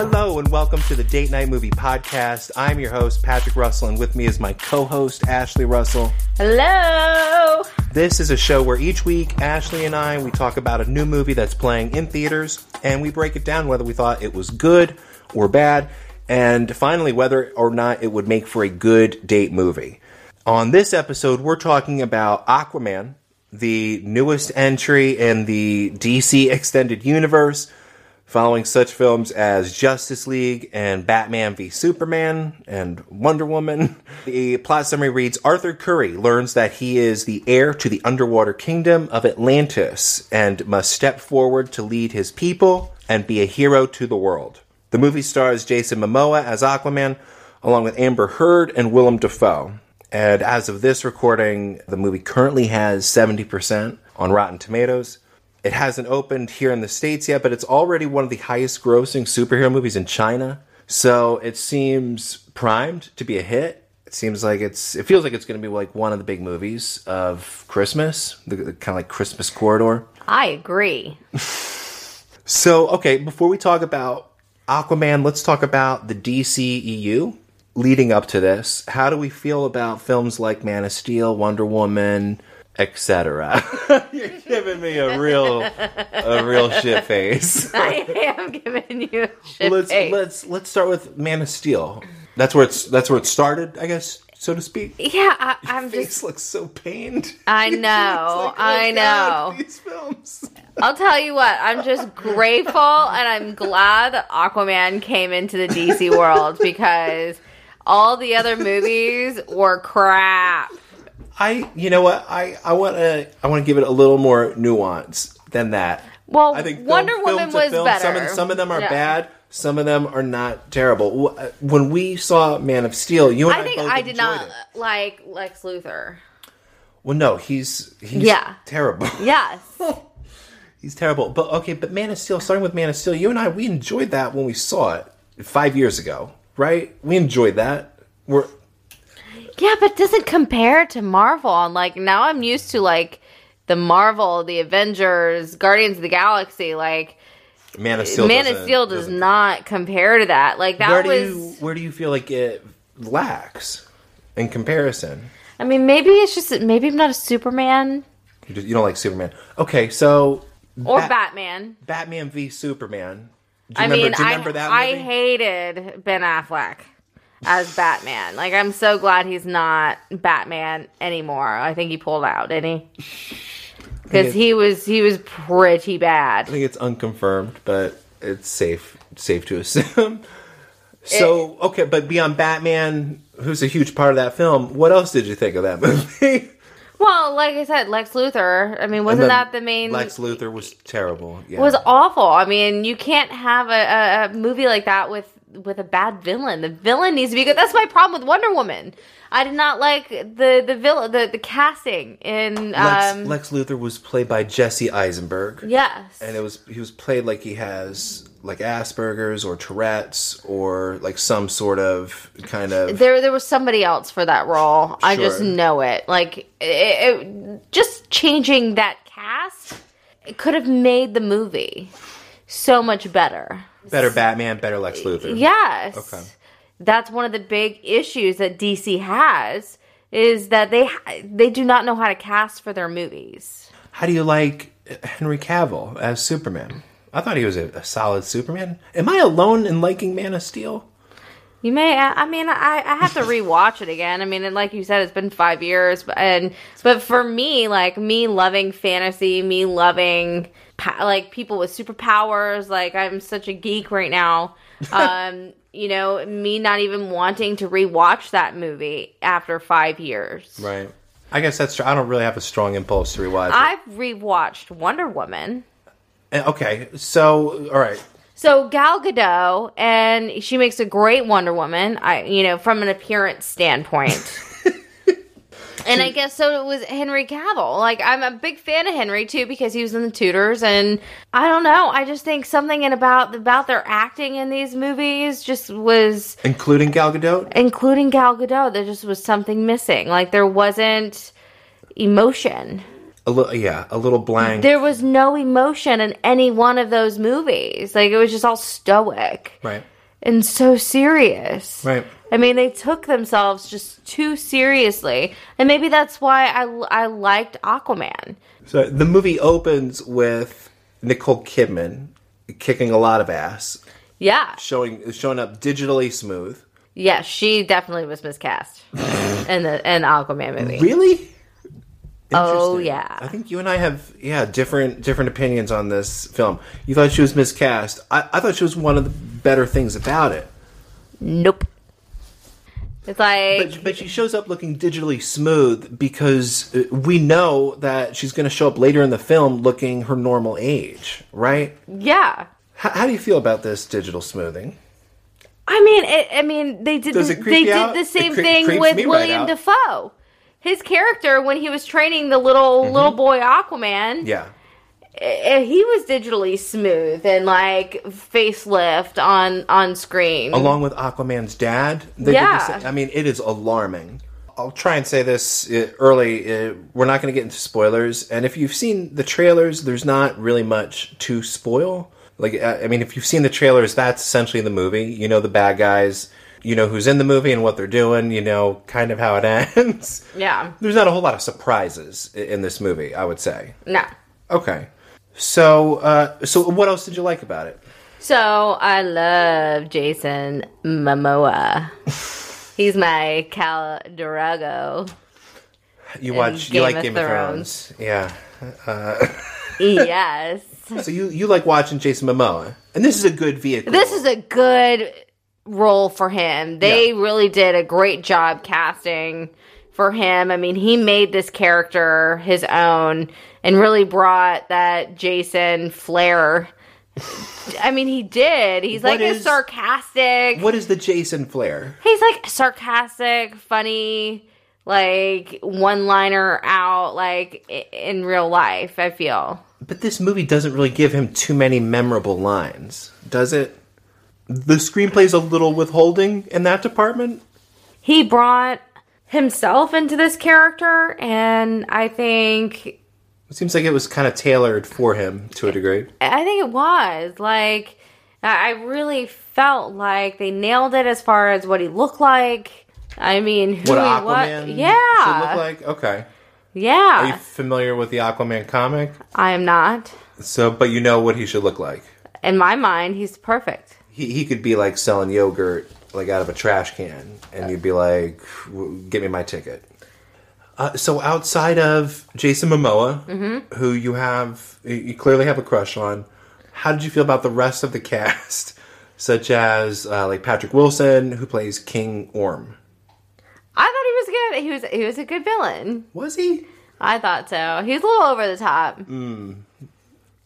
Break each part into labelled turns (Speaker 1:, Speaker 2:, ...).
Speaker 1: Hello and welcome to the Date Night Movie Podcast. I'm your host, Patrick Russell, and with me is my co host, Ashley Russell.
Speaker 2: Hello.
Speaker 1: This is a show where each week, Ashley and I, we talk about a new movie that's playing in theaters, and we break it down whether we thought it was good or bad, and finally, whether or not it would make for a good date movie. On this episode, we're talking about Aquaman, the newest entry in the DC Extended Universe following such films as Justice League and Batman v Superman and Wonder Woman. The plot summary reads Arthur Curry learns that he is the heir to the underwater kingdom of Atlantis and must step forward to lead his people and be a hero to the world. The movie stars Jason Momoa as Aquaman, along with Amber Heard and Willem Dafoe. And as of this recording, the movie currently has 70% on Rotten Tomatoes. It hasn't opened here in the States yet, but it's already one of the highest grossing superhero movies in China. So it seems primed to be a hit. It seems like it's, it feels like it's going to be like one of the big movies of Christmas, the, the kind of like Christmas corridor.
Speaker 2: I agree.
Speaker 1: So, okay, before we talk about Aquaman, let's talk about the DCEU leading up to this. How do we feel about films like Man of Steel, Wonder Woman, etc.? You're giving me a real a real shit face.
Speaker 2: I am giving you a shit
Speaker 1: let's
Speaker 2: face.
Speaker 1: let's let's start with Man of Steel. That's where it's that's where it started, I guess, so to speak.
Speaker 2: yeah, I, I'm just.
Speaker 1: Face looks so pained.
Speaker 2: I
Speaker 1: It's
Speaker 2: know.
Speaker 1: like, oh
Speaker 2: I
Speaker 1: God,
Speaker 2: know.
Speaker 1: these films.
Speaker 2: I'll tell you what. I'm just grateful, and I'm glad that Aquaman came into the DC world because all the other movies were crap.
Speaker 1: I you know what I I want to I want to give it a little more nuance than that.
Speaker 2: Well,
Speaker 1: I think
Speaker 2: Wonder
Speaker 1: film-
Speaker 2: Woman
Speaker 1: film to
Speaker 2: was
Speaker 1: film,
Speaker 2: better.
Speaker 1: Some of, some of them are
Speaker 2: Yeah.
Speaker 1: bad. Some of them are not terrible. Wh- uh, When we saw Man of Steel, you and I,
Speaker 2: I think
Speaker 1: both
Speaker 2: I did
Speaker 1: enjoyed
Speaker 2: not
Speaker 1: it.
Speaker 2: like Lex Luthor.
Speaker 1: Well, no, he's he's
Speaker 2: Yeah.
Speaker 1: terrible.
Speaker 2: Yes.
Speaker 1: he's terrible. But okay, but Man of Steel, starting with Man of Steel, you and I we enjoyed that when we saw it five years ago, right? We enjoyed that. We're
Speaker 2: Yeah, but does it compare to Marvel? And like now I'm used to like the Marvel, the Avengers, Guardians of the Galaxy, like
Speaker 1: Man of Steel.
Speaker 2: Man of
Speaker 1: doesn't-
Speaker 2: Steel does
Speaker 1: doesn't-
Speaker 2: not compare to that. Like that
Speaker 1: Where do
Speaker 2: was
Speaker 1: you where do you feel like it lacks in comparison?
Speaker 2: I mean, maybe it's just that maybe I'm not a Superman
Speaker 1: You just- you don't like Superman. Okay, so
Speaker 2: or
Speaker 1: Bat-
Speaker 2: Batman.
Speaker 1: Batman v Superman. Do
Speaker 2: I
Speaker 1: you remember,
Speaker 2: mean,
Speaker 1: do you remember
Speaker 2: I,
Speaker 1: that
Speaker 2: I
Speaker 1: movie?
Speaker 2: hated Ben Affleck as Batman. Like I'm so glad he's not Batman anymore. I think he pulled out, didn't he? Because he was he was pretty bad.
Speaker 1: I think it's unconfirmed, but it's safe safe to assume. so okay, but beyond Batman, who's a huge part of that film, what else did you think of that movie?
Speaker 2: Well, like I said, Lex Luthor. I mean, wasn't
Speaker 1: And then
Speaker 2: that the main?
Speaker 1: Lex Luthor was terrible. Yeah.
Speaker 2: was awful. I mean, you can't have a, a, a movie like that with with a bad villain. The villain needs to be good. That's my problem with Wonder Woman. I did not like the the villain the the casting in
Speaker 1: Lex,
Speaker 2: um
Speaker 1: Lex Luthor was played by Jesse Eisenberg,
Speaker 2: yes.
Speaker 1: and it was he was played like he has like Asperger's or Tourette's or like some sort of kind of
Speaker 2: there there was somebody else for that role. I just
Speaker 1: Sure.
Speaker 2: know it. Like it, it, just changing that cast it could have made the movie so much better.
Speaker 1: better Batman, better Lex Luthor.
Speaker 2: Yes.
Speaker 1: Okay.
Speaker 2: That's one of the big issues that DC has is that they ha- they do not know how to cast for their movies.
Speaker 1: How do you like Henry Cavill as Superman? I thought he was a, a solid Superman. Am I alone in liking Man of Steel?
Speaker 2: You may, I I mean, I, I have to rewatch it again. I mean, and like you said, it's been five years, but- and but for me, like me loving fantasy, me loving pa- like people with superpowers, like I'm such a geek right now. Um, you know, me not even wanting to rewatch that movie after five years.
Speaker 1: Right. I guess that's true. I don't really have a strong impulse to rewatch. it.
Speaker 2: I've rewatched Wonder Woman.
Speaker 1: And- Okay, so all right,
Speaker 2: So Gal Gadot, and she makes a great Wonder Woman. I, you know, from an appearance standpoint. and I guess so. It was Henry Cavill. Like I'm a big fan of Henry too because he was in the Tudors, and I don't know. I just think something in about about their acting in these movies just was,
Speaker 1: including Gal Gadot.
Speaker 2: including Gal Gadot. There just was something missing. Like there wasn't emotion.
Speaker 1: A little, yeah, a little blank.
Speaker 2: there was no emotion in any one of those movies. Like it was just all stoic.
Speaker 1: right.
Speaker 2: and so serious.
Speaker 1: Right.
Speaker 2: I mean, they took themselves just too seriously. And maybe that's why I, I liked Aquaman.
Speaker 1: So the movie opens with Nicole Kidman kicking a lot of ass,
Speaker 2: Yeah.
Speaker 1: showing showing up digitally smooth.
Speaker 2: Yeah, she definitely was miscast in the in Aquaman movie.
Speaker 1: Really?
Speaker 2: Oh,
Speaker 1: Interesting.
Speaker 2: yeah.
Speaker 1: I think you and I have yeah different different opinions on this film. You thought she was miscast. I, I thought she was one of the better things about it.
Speaker 2: Nope. It's like
Speaker 1: But, but she shows up looking digitally smooth because uh, we know that she's going to show up later in the film looking her normal age, right?
Speaker 2: yeah.
Speaker 1: How, how do you feel about this digital smoothing?
Speaker 2: I mean, it, I mean, they did.
Speaker 1: Does
Speaker 2: The,
Speaker 1: it creep
Speaker 2: they
Speaker 1: you
Speaker 2: did
Speaker 1: out?
Speaker 2: the
Speaker 1: It
Speaker 2: same
Speaker 1: cre-
Speaker 2: thing
Speaker 1: creeps
Speaker 2: with
Speaker 1: me right
Speaker 2: William
Speaker 1: out.
Speaker 2: Defoe. His character, when he was training the little little boy Aquaman,
Speaker 1: Mm-hmm. Yeah.
Speaker 2: eh, he was digitally smooth and like facelift on on screen.
Speaker 1: Along with Aquaman's dad. They did the
Speaker 2: Yeah.
Speaker 1: same- I mean, it is alarming. I'll try and say this uh, early. Uh, we're not going to get into spoilers. And if you've seen the trailers, there's not really much to spoil. Like, uh, I I mean, if you've seen the trailers, that's essentially the movie. You know the bad guys, you know who's in the movie and what they're doing, you know kind of how it ends.
Speaker 2: yeah,
Speaker 1: There's not a whole lot of surprises i- in this movie, I would say.
Speaker 2: no.
Speaker 1: Okay. So, uh, so what else did you like about it?
Speaker 2: So I love Jason Momoa. He's my Cal Drago.
Speaker 1: You watch,
Speaker 2: Game
Speaker 1: you like
Speaker 2: of
Speaker 1: Game
Speaker 2: Thrones.
Speaker 1: of Thrones, yeah.
Speaker 2: Yes.
Speaker 1: So you you like watching Jason Momoa, and this is a good vehicle.
Speaker 2: This is a good role for him. They really did a great job casting for him. I mean, he made this character his own and really brought that Jason flair. I mean, he did. He's
Speaker 1: What
Speaker 2: like this
Speaker 1: is-
Speaker 2: sarcastic.
Speaker 1: what is the Jason flair?
Speaker 2: He's like sarcastic, funny, like one liner out, like i- in real life, I feel.
Speaker 1: But this movie doesn't really give him too many memorable lines, does it? The screenplay's a little withholding in that department.
Speaker 2: he brought himself into this character and i think
Speaker 1: It seems like it was kind of tailored for him to a degree.
Speaker 2: i think it was like i I really felt like they nailed it as far as what he looked like i mean who
Speaker 1: What
Speaker 2: he
Speaker 1: Aquaman
Speaker 2: was
Speaker 1: should
Speaker 2: yeah
Speaker 1: look like. Okay, are you
Speaker 2: yeah
Speaker 1: familiar with the Aquaman comic?
Speaker 2: i am not
Speaker 1: So, but you know what he should look like.
Speaker 2: in my mind he's perfect
Speaker 1: he, he could be like selling yogurt like out of a trash can and you'd be like "W- get me my ticket uh, so outside of jason momoa who you have you clearly have a crush on how did you feel about the rest of the cast such as uh, like patrick wilson who plays king orm
Speaker 2: i thought he was good he was he was a good villain
Speaker 1: was he
Speaker 2: i thought so he's a little over the top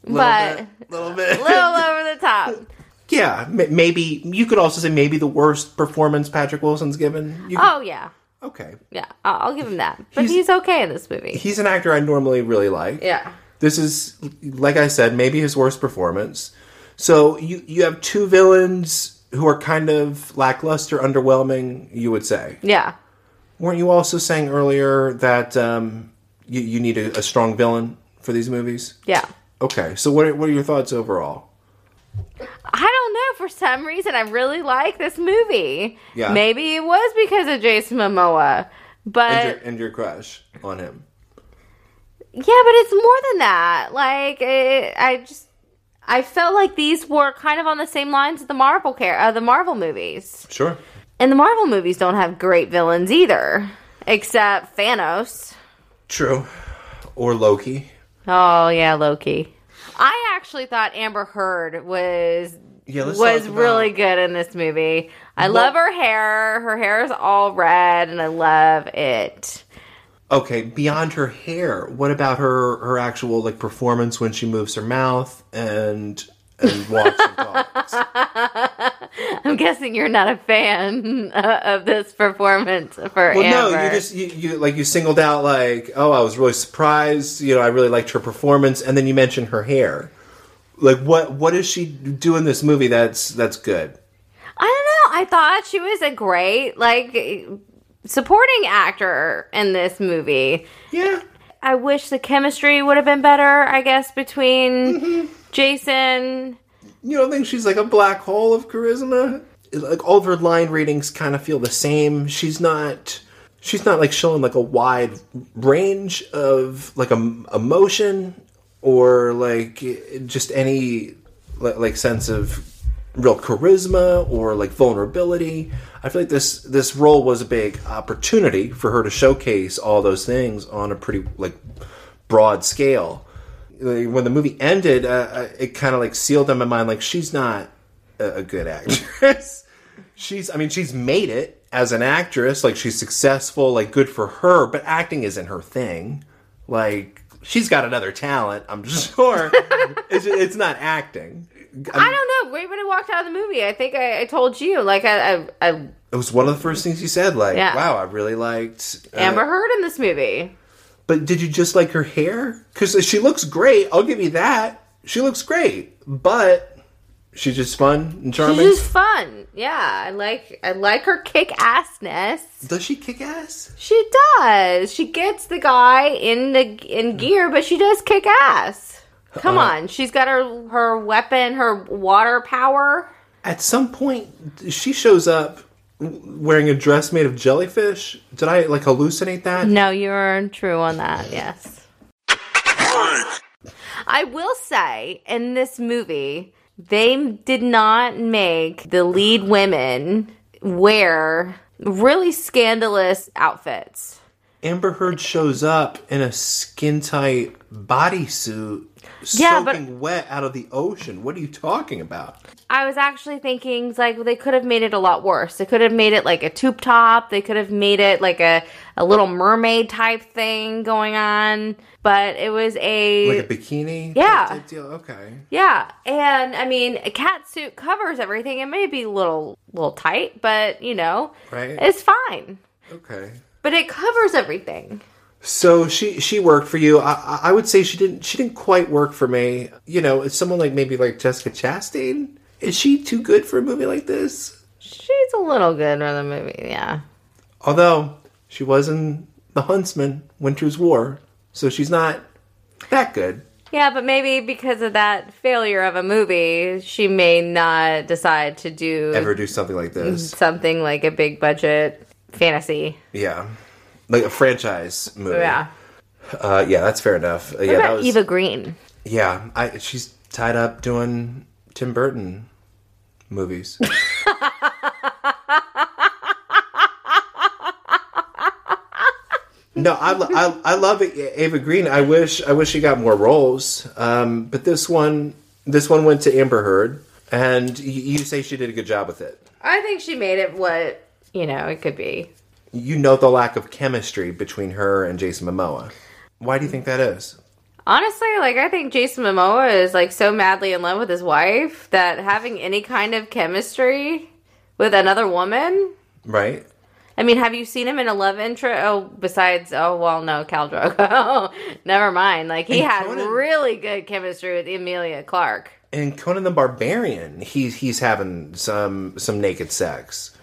Speaker 2: but
Speaker 1: Hmm. little bit,
Speaker 2: a little over the top
Speaker 1: yeah. M- maybe you could also say maybe the worst performance Patrick Wilson's given. You,
Speaker 2: oh yeah
Speaker 1: okay,
Speaker 2: Yeah, I- I'll give him that. But
Speaker 1: He's-
Speaker 2: he's, okay in this movie.
Speaker 1: he's an actor I normally really like.
Speaker 2: yeah.
Speaker 1: this is like i said maybe his worst performance so you you have two villains who are kind of lackluster underwhelming you would say
Speaker 2: Yeah.
Speaker 1: weren't you also saying earlier that um, you, you need a, a strong villain for these movies
Speaker 2: Yeah.
Speaker 1: okay so what are, what are your thoughts overall
Speaker 2: I don't know. For some reason, I really like this movie.
Speaker 1: Yeah.
Speaker 2: Maybe it was because of Jason Momoa.
Speaker 1: and
Speaker 2: But
Speaker 1: your, and your crush on him
Speaker 2: yeah, but it's more than that. Like, it, I just. I felt like these were kind of on the same lines as the Marvel care, uh, the Marvel movies,
Speaker 1: sure
Speaker 2: and the Marvel movies don't have great villains either, except Thanos.
Speaker 1: true or loki
Speaker 2: Oh yeah, Loki. I actually thought Amber Heard was
Speaker 1: Yeah, let's
Speaker 2: was
Speaker 1: talk about-
Speaker 2: really good in this movie. I love her hair. Her hair is all red, and I love it.
Speaker 1: okay beyond her hair what about her her actual like performance when she moves her mouth and and walks and talks
Speaker 2: I'm guessing you're not a fan of this performance for
Speaker 1: Well,
Speaker 2: Amber.
Speaker 1: no, you just you, you like you singled out like, oh, I was really surprised. You know, I really liked her performance, and then you mentioned her hair. Like, what what does she do in this movie? That's that's good.
Speaker 2: I don't know. I thought she was a great like supporting actor in this movie.
Speaker 1: Yeah,
Speaker 2: I wish the chemistry would have been better. I guess
Speaker 1: Mm-hmm.
Speaker 2: between Jason
Speaker 1: you don't think she's like a black hole of charisma? like all of her line readings kind of feel the same. She's not she's not like showing like a wide range of like a emotion or like just any li- like sense of real charisma or like vulnerability. I feel like this this role was a big opportunity for her to showcase all those things on a pretty like broad scale. Like, when the movie ended, uh, uh, it kind of like sealed in my mind like she's not a, a good actress. she's I mean she's made it as an actress, like she's successful, like good for her, but acting isn't her thing. Like she's got another talent, I'm sure. it's, ju- it's not acting.
Speaker 2: I don't know. Right when I walked out of the movie, I think I, I told you, like, I, I, I
Speaker 1: It was one of the first things you said, like,
Speaker 2: Yeah.
Speaker 1: "Wow, I really liked." uh,
Speaker 2: Amber Heard in this movie.
Speaker 1: but did you just like her hair? Because she looks great. I'll give you that. She looks great, but she's just fun and
Speaker 2: She's
Speaker 1: charming.
Speaker 2: just fun. Yeah, I like, I like her kick assness.
Speaker 1: Does she kick ass?
Speaker 2: She does. She gets the guy in the in gear, but she does kick ass. Come on, she's got her her weapon, her water power.
Speaker 1: At some point, she shows up wearing a dress made of jellyfish. Did I like hallucinate that?
Speaker 2: No, you're true on that. Yes. I will say in this movie, they did not make the lead women wear really scandalous outfits.
Speaker 1: Amber Heard shows up in a skin tight bodysuit,
Speaker 2: Yeah, but-
Speaker 1: soaking wet out of the ocean. What are you talking about?
Speaker 2: I was actually thinking like they could have made it a lot worse. They could have made it like a tube top. They could have made it like a, a little mermaid type thing going on. But it was a,
Speaker 1: Like a bikini?
Speaker 2: Yeah.
Speaker 1: Type deal? Okay.
Speaker 2: yeah. And I mean, a cat suit covers everything. It may be a little little tight, but you know,
Speaker 1: Right.
Speaker 2: it's fine.
Speaker 1: Okay.
Speaker 2: But it covers everything.
Speaker 1: So she she worked for you. I, I- I would say she didn't she didn't quite work for me. You know, it's someone like maybe like Jessica Chastain. Is she too good for a movie like this?
Speaker 2: She's a little good in the movie. Yeah.
Speaker 1: Although she was in The Huntsman, Winter's War, so she's not that good.
Speaker 2: Yeah, but maybe because of that failure of a movie, she may not decide to do
Speaker 1: Ever do something like this?
Speaker 2: something like a big budget fantasy.
Speaker 1: Yeah, like a franchise movie.
Speaker 2: Yeah.
Speaker 1: Uh, yeah, that's fair enough. Uh, yeah,
Speaker 2: What
Speaker 1: that
Speaker 2: about
Speaker 1: was.
Speaker 2: Eva Green?
Speaker 1: Yeah, I, she's tied up doing Tim Burton movies. no, I, lo- I I love it, Ava Green. I wish I wish she got more roles. Um, but this one this one went to Amber Heard, and you, you say she did a good job with it.
Speaker 2: I think she made it what you know it could be.
Speaker 1: You know the lack of chemistry between her and Jason Momoa. Why do you think that is?
Speaker 2: Honestly, like I think Jason Momoa is like so madly in love with his wife that having any kind of chemistry with another woman.
Speaker 1: Right?
Speaker 2: I mean, have you seen him in a love intro? Oh, besides, oh well, no, Cal Drogo. Never mind. Like he
Speaker 1: And
Speaker 2: had
Speaker 1: Conan-
Speaker 2: really good chemistry with Amelia Clark.
Speaker 1: in Conan the Barbarian, he's he's having some some naked sex.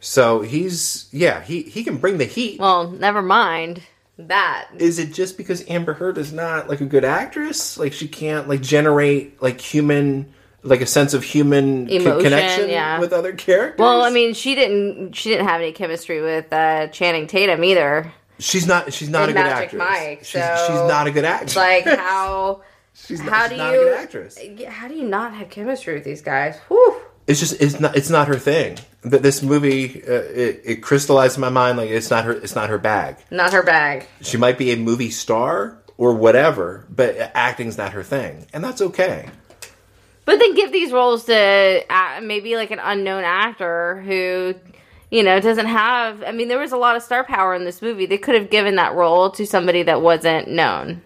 Speaker 1: So he's yeah, he he can bring the heat.
Speaker 2: Well, never mind that.
Speaker 1: is it just because Amber Heard is not like a good actress? Like she can't like generate like human like a sense of human co-
Speaker 2: Emotion,
Speaker 1: connection
Speaker 2: yeah.
Speaker 1: with other characters?
Speaker 2: Well, I mean, she didn't. She didn't have any chemistry with uh, Channing Tatum either.
Speaker 1: she's not she's not a
Speaker 2: And
Speaker 1: good
Speaker 2: Magic
Speaker 1: actress.
Speaker 2: Mike,
Speaker 1: she's,
Speaker 2: so-
Speaker 1: she's not a good actress.
Speaker 2: Like how?
Speaker 1: she's not,
Speaker 2: how
Speaker 1: she's
Speaker 2: do
Speaker 1: not
Speaker 2: you?
Speaker 1: a good actress.
Speaker 2: Yeah, How do you not have chemistry with these guys? Whew.
Speaker 1: It's just it's not it's not her thing. Th- This movie uh, it, it crystallized in my mind like it's not her it's not her bag.
Speaker 2: Not her bag.
Speaker 1: She might be a movie star or whatever, but acting's not her thing, and that's okay.
Speaker 2: But then give these roles to uh, maybe like an unknown actor who, you know, doesn't have. I mean, there was a lot of star power in this movie. They could have given that role to somebody that wasn't known,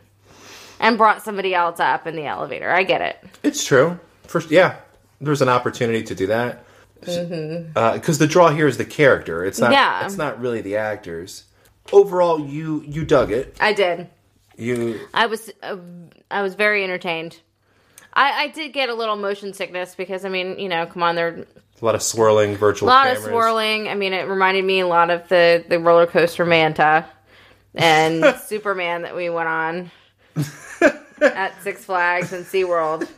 Speaker 2: and brought somebody else up in the elevator. I get it.
Speaker 1: It's true. First, yeah, there's an opportunity to do that because the draw here is the character. It's not.
Speaker 2: Mm-hmm. Yeah.
Speaker 1: It's not really the actors. Overall, you you dug it.
Speaker 2: I did.
Speaker 1: You
Speaker 2: I was uh, I was very entertained. I, I did get a little motion sickness because I mean you know come on there are
Speaker 1: a lot of swirling virtual.
Speaker 2: a lot
Speaker 1: cameras.
Speaker 2: of swirling. I mean it reminded me a lot of the the roller coaster Manta and Superman that we went on at Six Flags and SeaWorld.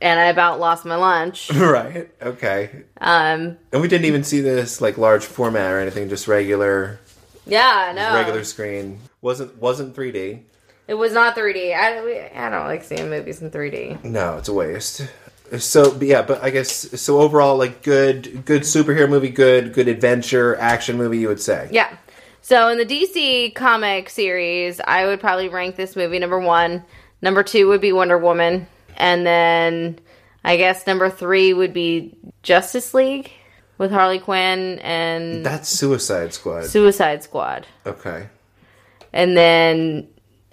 Speaker 2: and I about lost my lunch.
Speaker 1: right. Okay.
Speaker 2: Um,
Speaker 1: And we didn't even see this like large format or anything, just regular
Speaker 2: yeah, no,
Speaker 1: regular screen. Wasn't wasn't 3D.
Speaker 2: it was not 3D. I, we- I don't like seeing movies in 3D.
Speaker 1: No, it's a waste. So but yeah, but I guess so overall like good good superhero movie, good good adventure action movie you would say.
Speaker 2: Yeah. So in the DC comic series, I would probably rank this movie number one. Number two would be Wonder Woman, and then I guess number three would be Justice League with Harley Quinn and
Speaker 1: That's Suicide Squad.
Speaker 2: Suicide Squad,
Speaker 1: okay.
Speaker 2: and then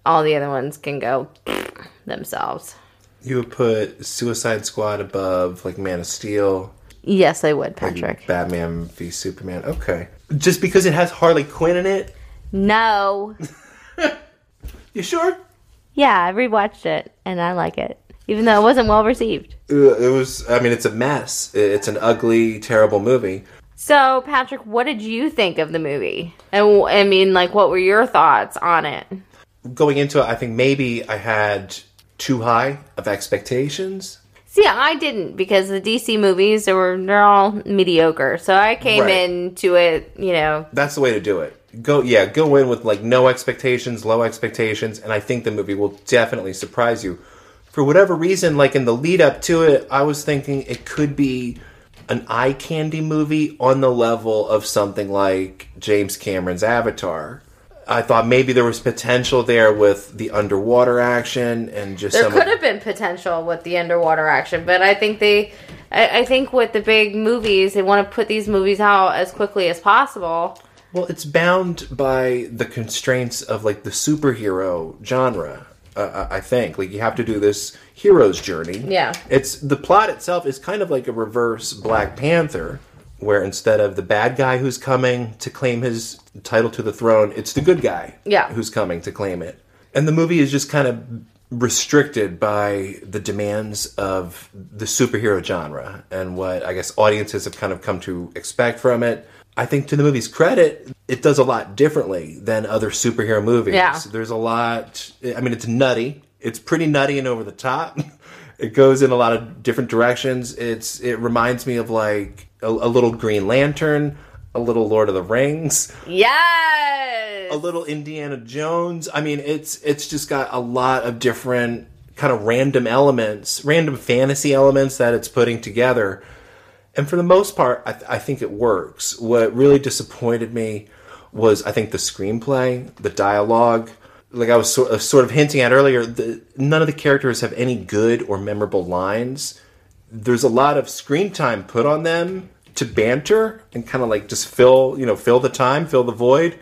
Speaker 2: all the other ones can go themselves.
Speaker 1: You would put Suicide Squad above like Man of Steel,
Speaker 2: Yes, I would, Patrick.
Speaker 1: Batman v Superman. Okay. Just because it has Harley Quinn in it?
Speaker 2: No.
Speaker 1: You sure?
Speaker 2: Yeah, I rewatched it and I like it, even though it wasn't well received.
Speaker 1: Uh, It was I mean it's a mess. I- It's an ugly, terrible movie.
Speaker 2: So, Patrick, what did you think of the movie? And w- I mean, like, what were your thoughts on it?
Speaker 1: Going into it, I think maybe I had too high of expectations.
Speaker 2: See, I didn't because the DC movies they were they're all mediocre. So I came
Speaker 1: Right.
Speaker 2: into it, you know,
Speaker 1: That's the way to do it. Go yeah, go in with like no expectations, low expectations, and I think the movie will definitely surprise you. For whatever reason, like in the lead up to it, I was thinking it could be an eye candy movie on the level of something like James Cameron's Avatar. I thought maybe there was potential there with the underwater action and just
Speaker 2: there
Speaker 1: some
Speaker 2: could
Speaker 1: of,
Speaker 2: have been potential with the underwater action, but I think they, I, I think with the big movies, they want to put these movies out as quickly as possible.
Speaker 1: Well, it's bound by the constraints of like the superhero genre. Uh, I I think like you have to do this hero's journey.
Speaker 2: Yeah.
Speaker 1: it's the plot itself is kind of like a reverse Black Panther, where instead of the bad guy who's coming to claim his title to the throne, it's the good guy.
Speaker 2: Yeah.
Speaker 1: who's coming to claim it, and the movie is just kind of restricted by the demands of the superhero genre and what I guess audiences have kind of come to expect from it. I think to the movie's credit, it does a lot differently than other superhero movies.
Speaker 2: Yeah.
Speaker 1: There's a lot, I mean, it's nutty. It's pretty nutty and over the top. It goes in a lot of different directions. It's it reminds me of like a, a little Green Lantern, a little Lord of the Rings,
Speaker 2: Yes.
Speaker 1: a little Indiana Jones. I mean, it's it's just got a lot of different kind of random elements, random fantasy elements that it's putting together. And for the most part, I, th- I think it works. What really disappointed me was I think the screenplay, the dialogue. Like I was sort of, sort of hinting at earlier, the, none of the characters have any good or memorable lines. There's a lot of screen time put on them to banter and kind of like just fill, you know, fill the time, fill the void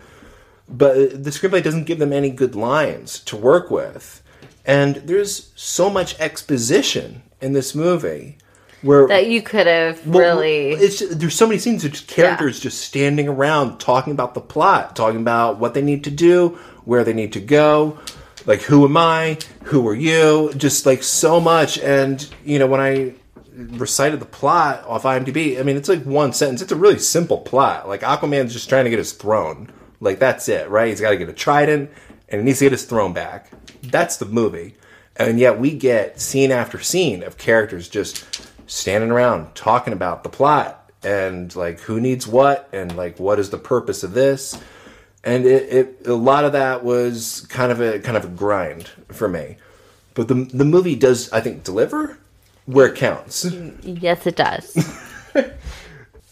Speaker 1: but the screenplay doesn't give them any good lines to work with. And there's so much exposition in this movie where
Speaker 2: that you could have
Speaker 1: well,
Speaker 2: really.
Speaker 1: it's there's so many scenes of just characters just standing around talking about the plot, talking about what they need to do, where they need to go, like who am I, who are you, just like so much and you know when I recited the plot off IMDb, I mean it's like one sentence. It's a really simple plot. Like Aquaman's just trying to get his throne. Like that's it, right? He's got to get a trident and he needs to get his throne back. That's the movie. And yet we get scene after scene of characters just standing around talking about the plot and like who needs what and like what is the purpose of this and it, it a lot of that was kind of a kind of a grind for me but the the movie does i think deliver where it counts
Speaker 2: yes, it does.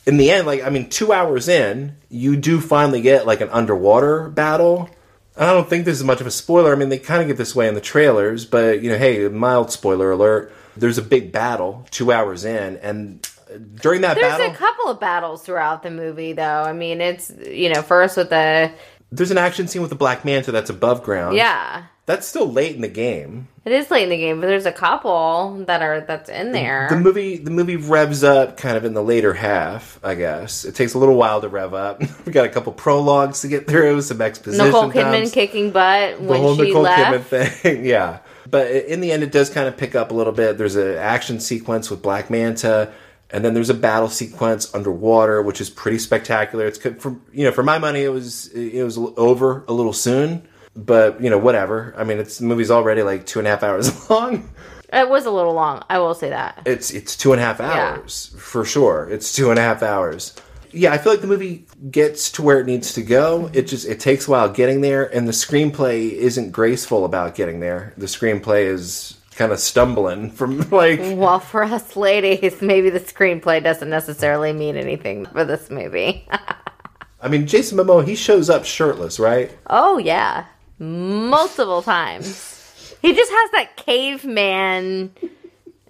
Speaker 1: in the end like i mean 2 hours in you do finally get like an underwater battle and i don't think this is much of a spoiler i mean they kind of give this away in the trailers but you know hey mild spoiler alert there's a big battle 2 hours in and during that
Speaker 2: There's
Speaker 1: battle
Speaker 2: a couple of battles throughout the movie, though. I mean, it's you know first with the
Speaker 1: there's an action scene with the black manta that's above ground
Speaker 2: yeah.
Speaker 1: that's still late in the game
Speaker 2: It is late in the game, but there's a couple that are that's in there.
Speaker 1: the movie the movie revs up kind of in the later half i guess it takes a little while to rev up we got a couple prologues to get through some exposition
Speaker 2: Nicole Kidman
Speaker 1: dumps,
Speaker 2: kicking butt
Speaker 1: um, the
Speaker 2: when
Speaker 1: whole
Speaker 2: she
Speaker 1: nicole
Speaker 2: left.
Speaker 1: kidman thing yeah but i- in the end it does kind of pick up a little bit there's an action sequence with black manta and then there's a battle sequence underwater which is pretty spectacular it's co- for you know for my money it was it was over a little soon but you know whatever i mean it's the movie's already like two and a half hours long
Speaker 2: It was a little long. I will say that.
Speaker 1: It's it's two and a half hours for sure. It's two and a half hours. Yeah, I feel like the movie gets to where it needs to go. It just it takes a while getting there, and the screenplay isn't graceful about getting there. The screenplay is kind of stumbling from like
Speaker 2: Well, for us ladies, maybe the screenplay doesn't necessarily mean anything for this movie.
Speaker 1: I mean Jason Momoa he shows up shirtless, right?
Speaker 2: oh yeah, multiple times. He just has that caveman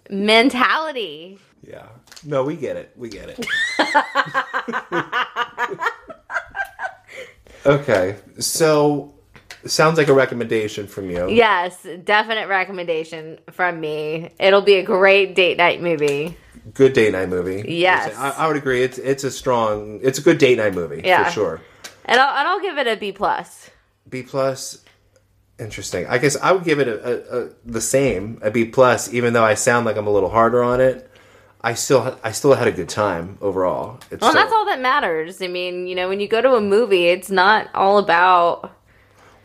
Speaker 2: mentality.
Speaker 1: Yeah. No, we get it. We get it. okay. So sounds like a recommendation from you.
Speaker 2: Yes, definite recommendation from me. It'll be a great date night movie.
Speaker 1: Good date night movie.
Speaker 2: Yes.
Speaker 1: I, I would agree. It's it's a strong it's a good date night movie
Speaker 2: Yeah.
Speaker 1: for sure.
Speaker 2: And I'll, and I'll give it a B plus.
Speaker 1: B plus interesting. I guess I would give it a, a, a the same, a B plus, even though I sound like I'm a little harder on it. I still I still had a good time overall. It's
Speaker 2: Well,
Speaker 1: still-
Speaker 2: that's all that matters. I mean, you know, when you go to a movie, it's not all about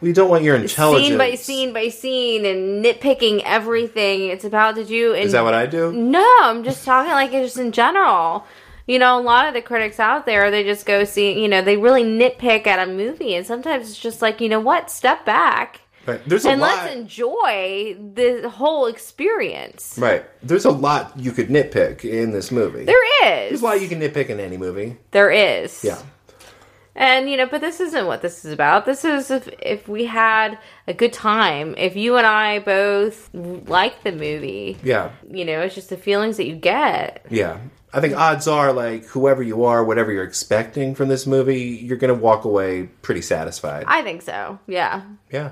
Speaker 1: we don't want your intelligence.
Speaker 2: scene by scene by scene and nitpicking everything. It's about did you and
Speaker 1: Is that what I do?
Speaker 2: No, I'm just talking like it's just in general. You know, a lot of the critics out there, they just go see, you know, they really nitpick at a movie. And sometimes it's just like, you know what? Step back
Speaker 1: Right. There's a
Speaker 2: and
Speaker 1: lot.
Speaker 2: let's enjoy the whole experience.
Speaker 1: Right. There's a lot you could nitpick in this movie.
Speaker 2: There is.
Speaker 1: There's a lot you can nitpick in any movie.
Speaker 2: There is.
Speaker 1: Yeah.
Speaker 2: And you know, but this isn't what this is about. This is if if we had a good time, if you and I both like the movie,
Speaker 1: Yeah.
Speaker 2: you know, it's just the feelings that you get.
Speaker 1: Yeah. I think odds are, like, whoever you are, whatever you're expecting from this movie, you're going to walk away pretty satisfied.
Speaker 2: I think so. Yeah.
Speaker 1: Yeah.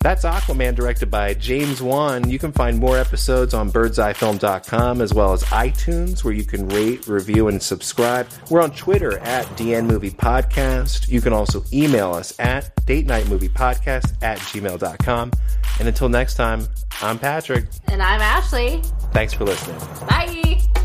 Speaker 1: That's Aquaman, directed by James Wan. You can find more episodes on birdseyefilm.com as well as iTunes, where you can rate, review, and subscribe. We're on Twitter at DN Movie Podcast. You can also email us at date night movie podcast at gmail.com. And until next time, I'm Patrick.
Speaker 2: And I'm Ashley.
Speaker 1: Thanks for listening.
Speaker 2: Bye.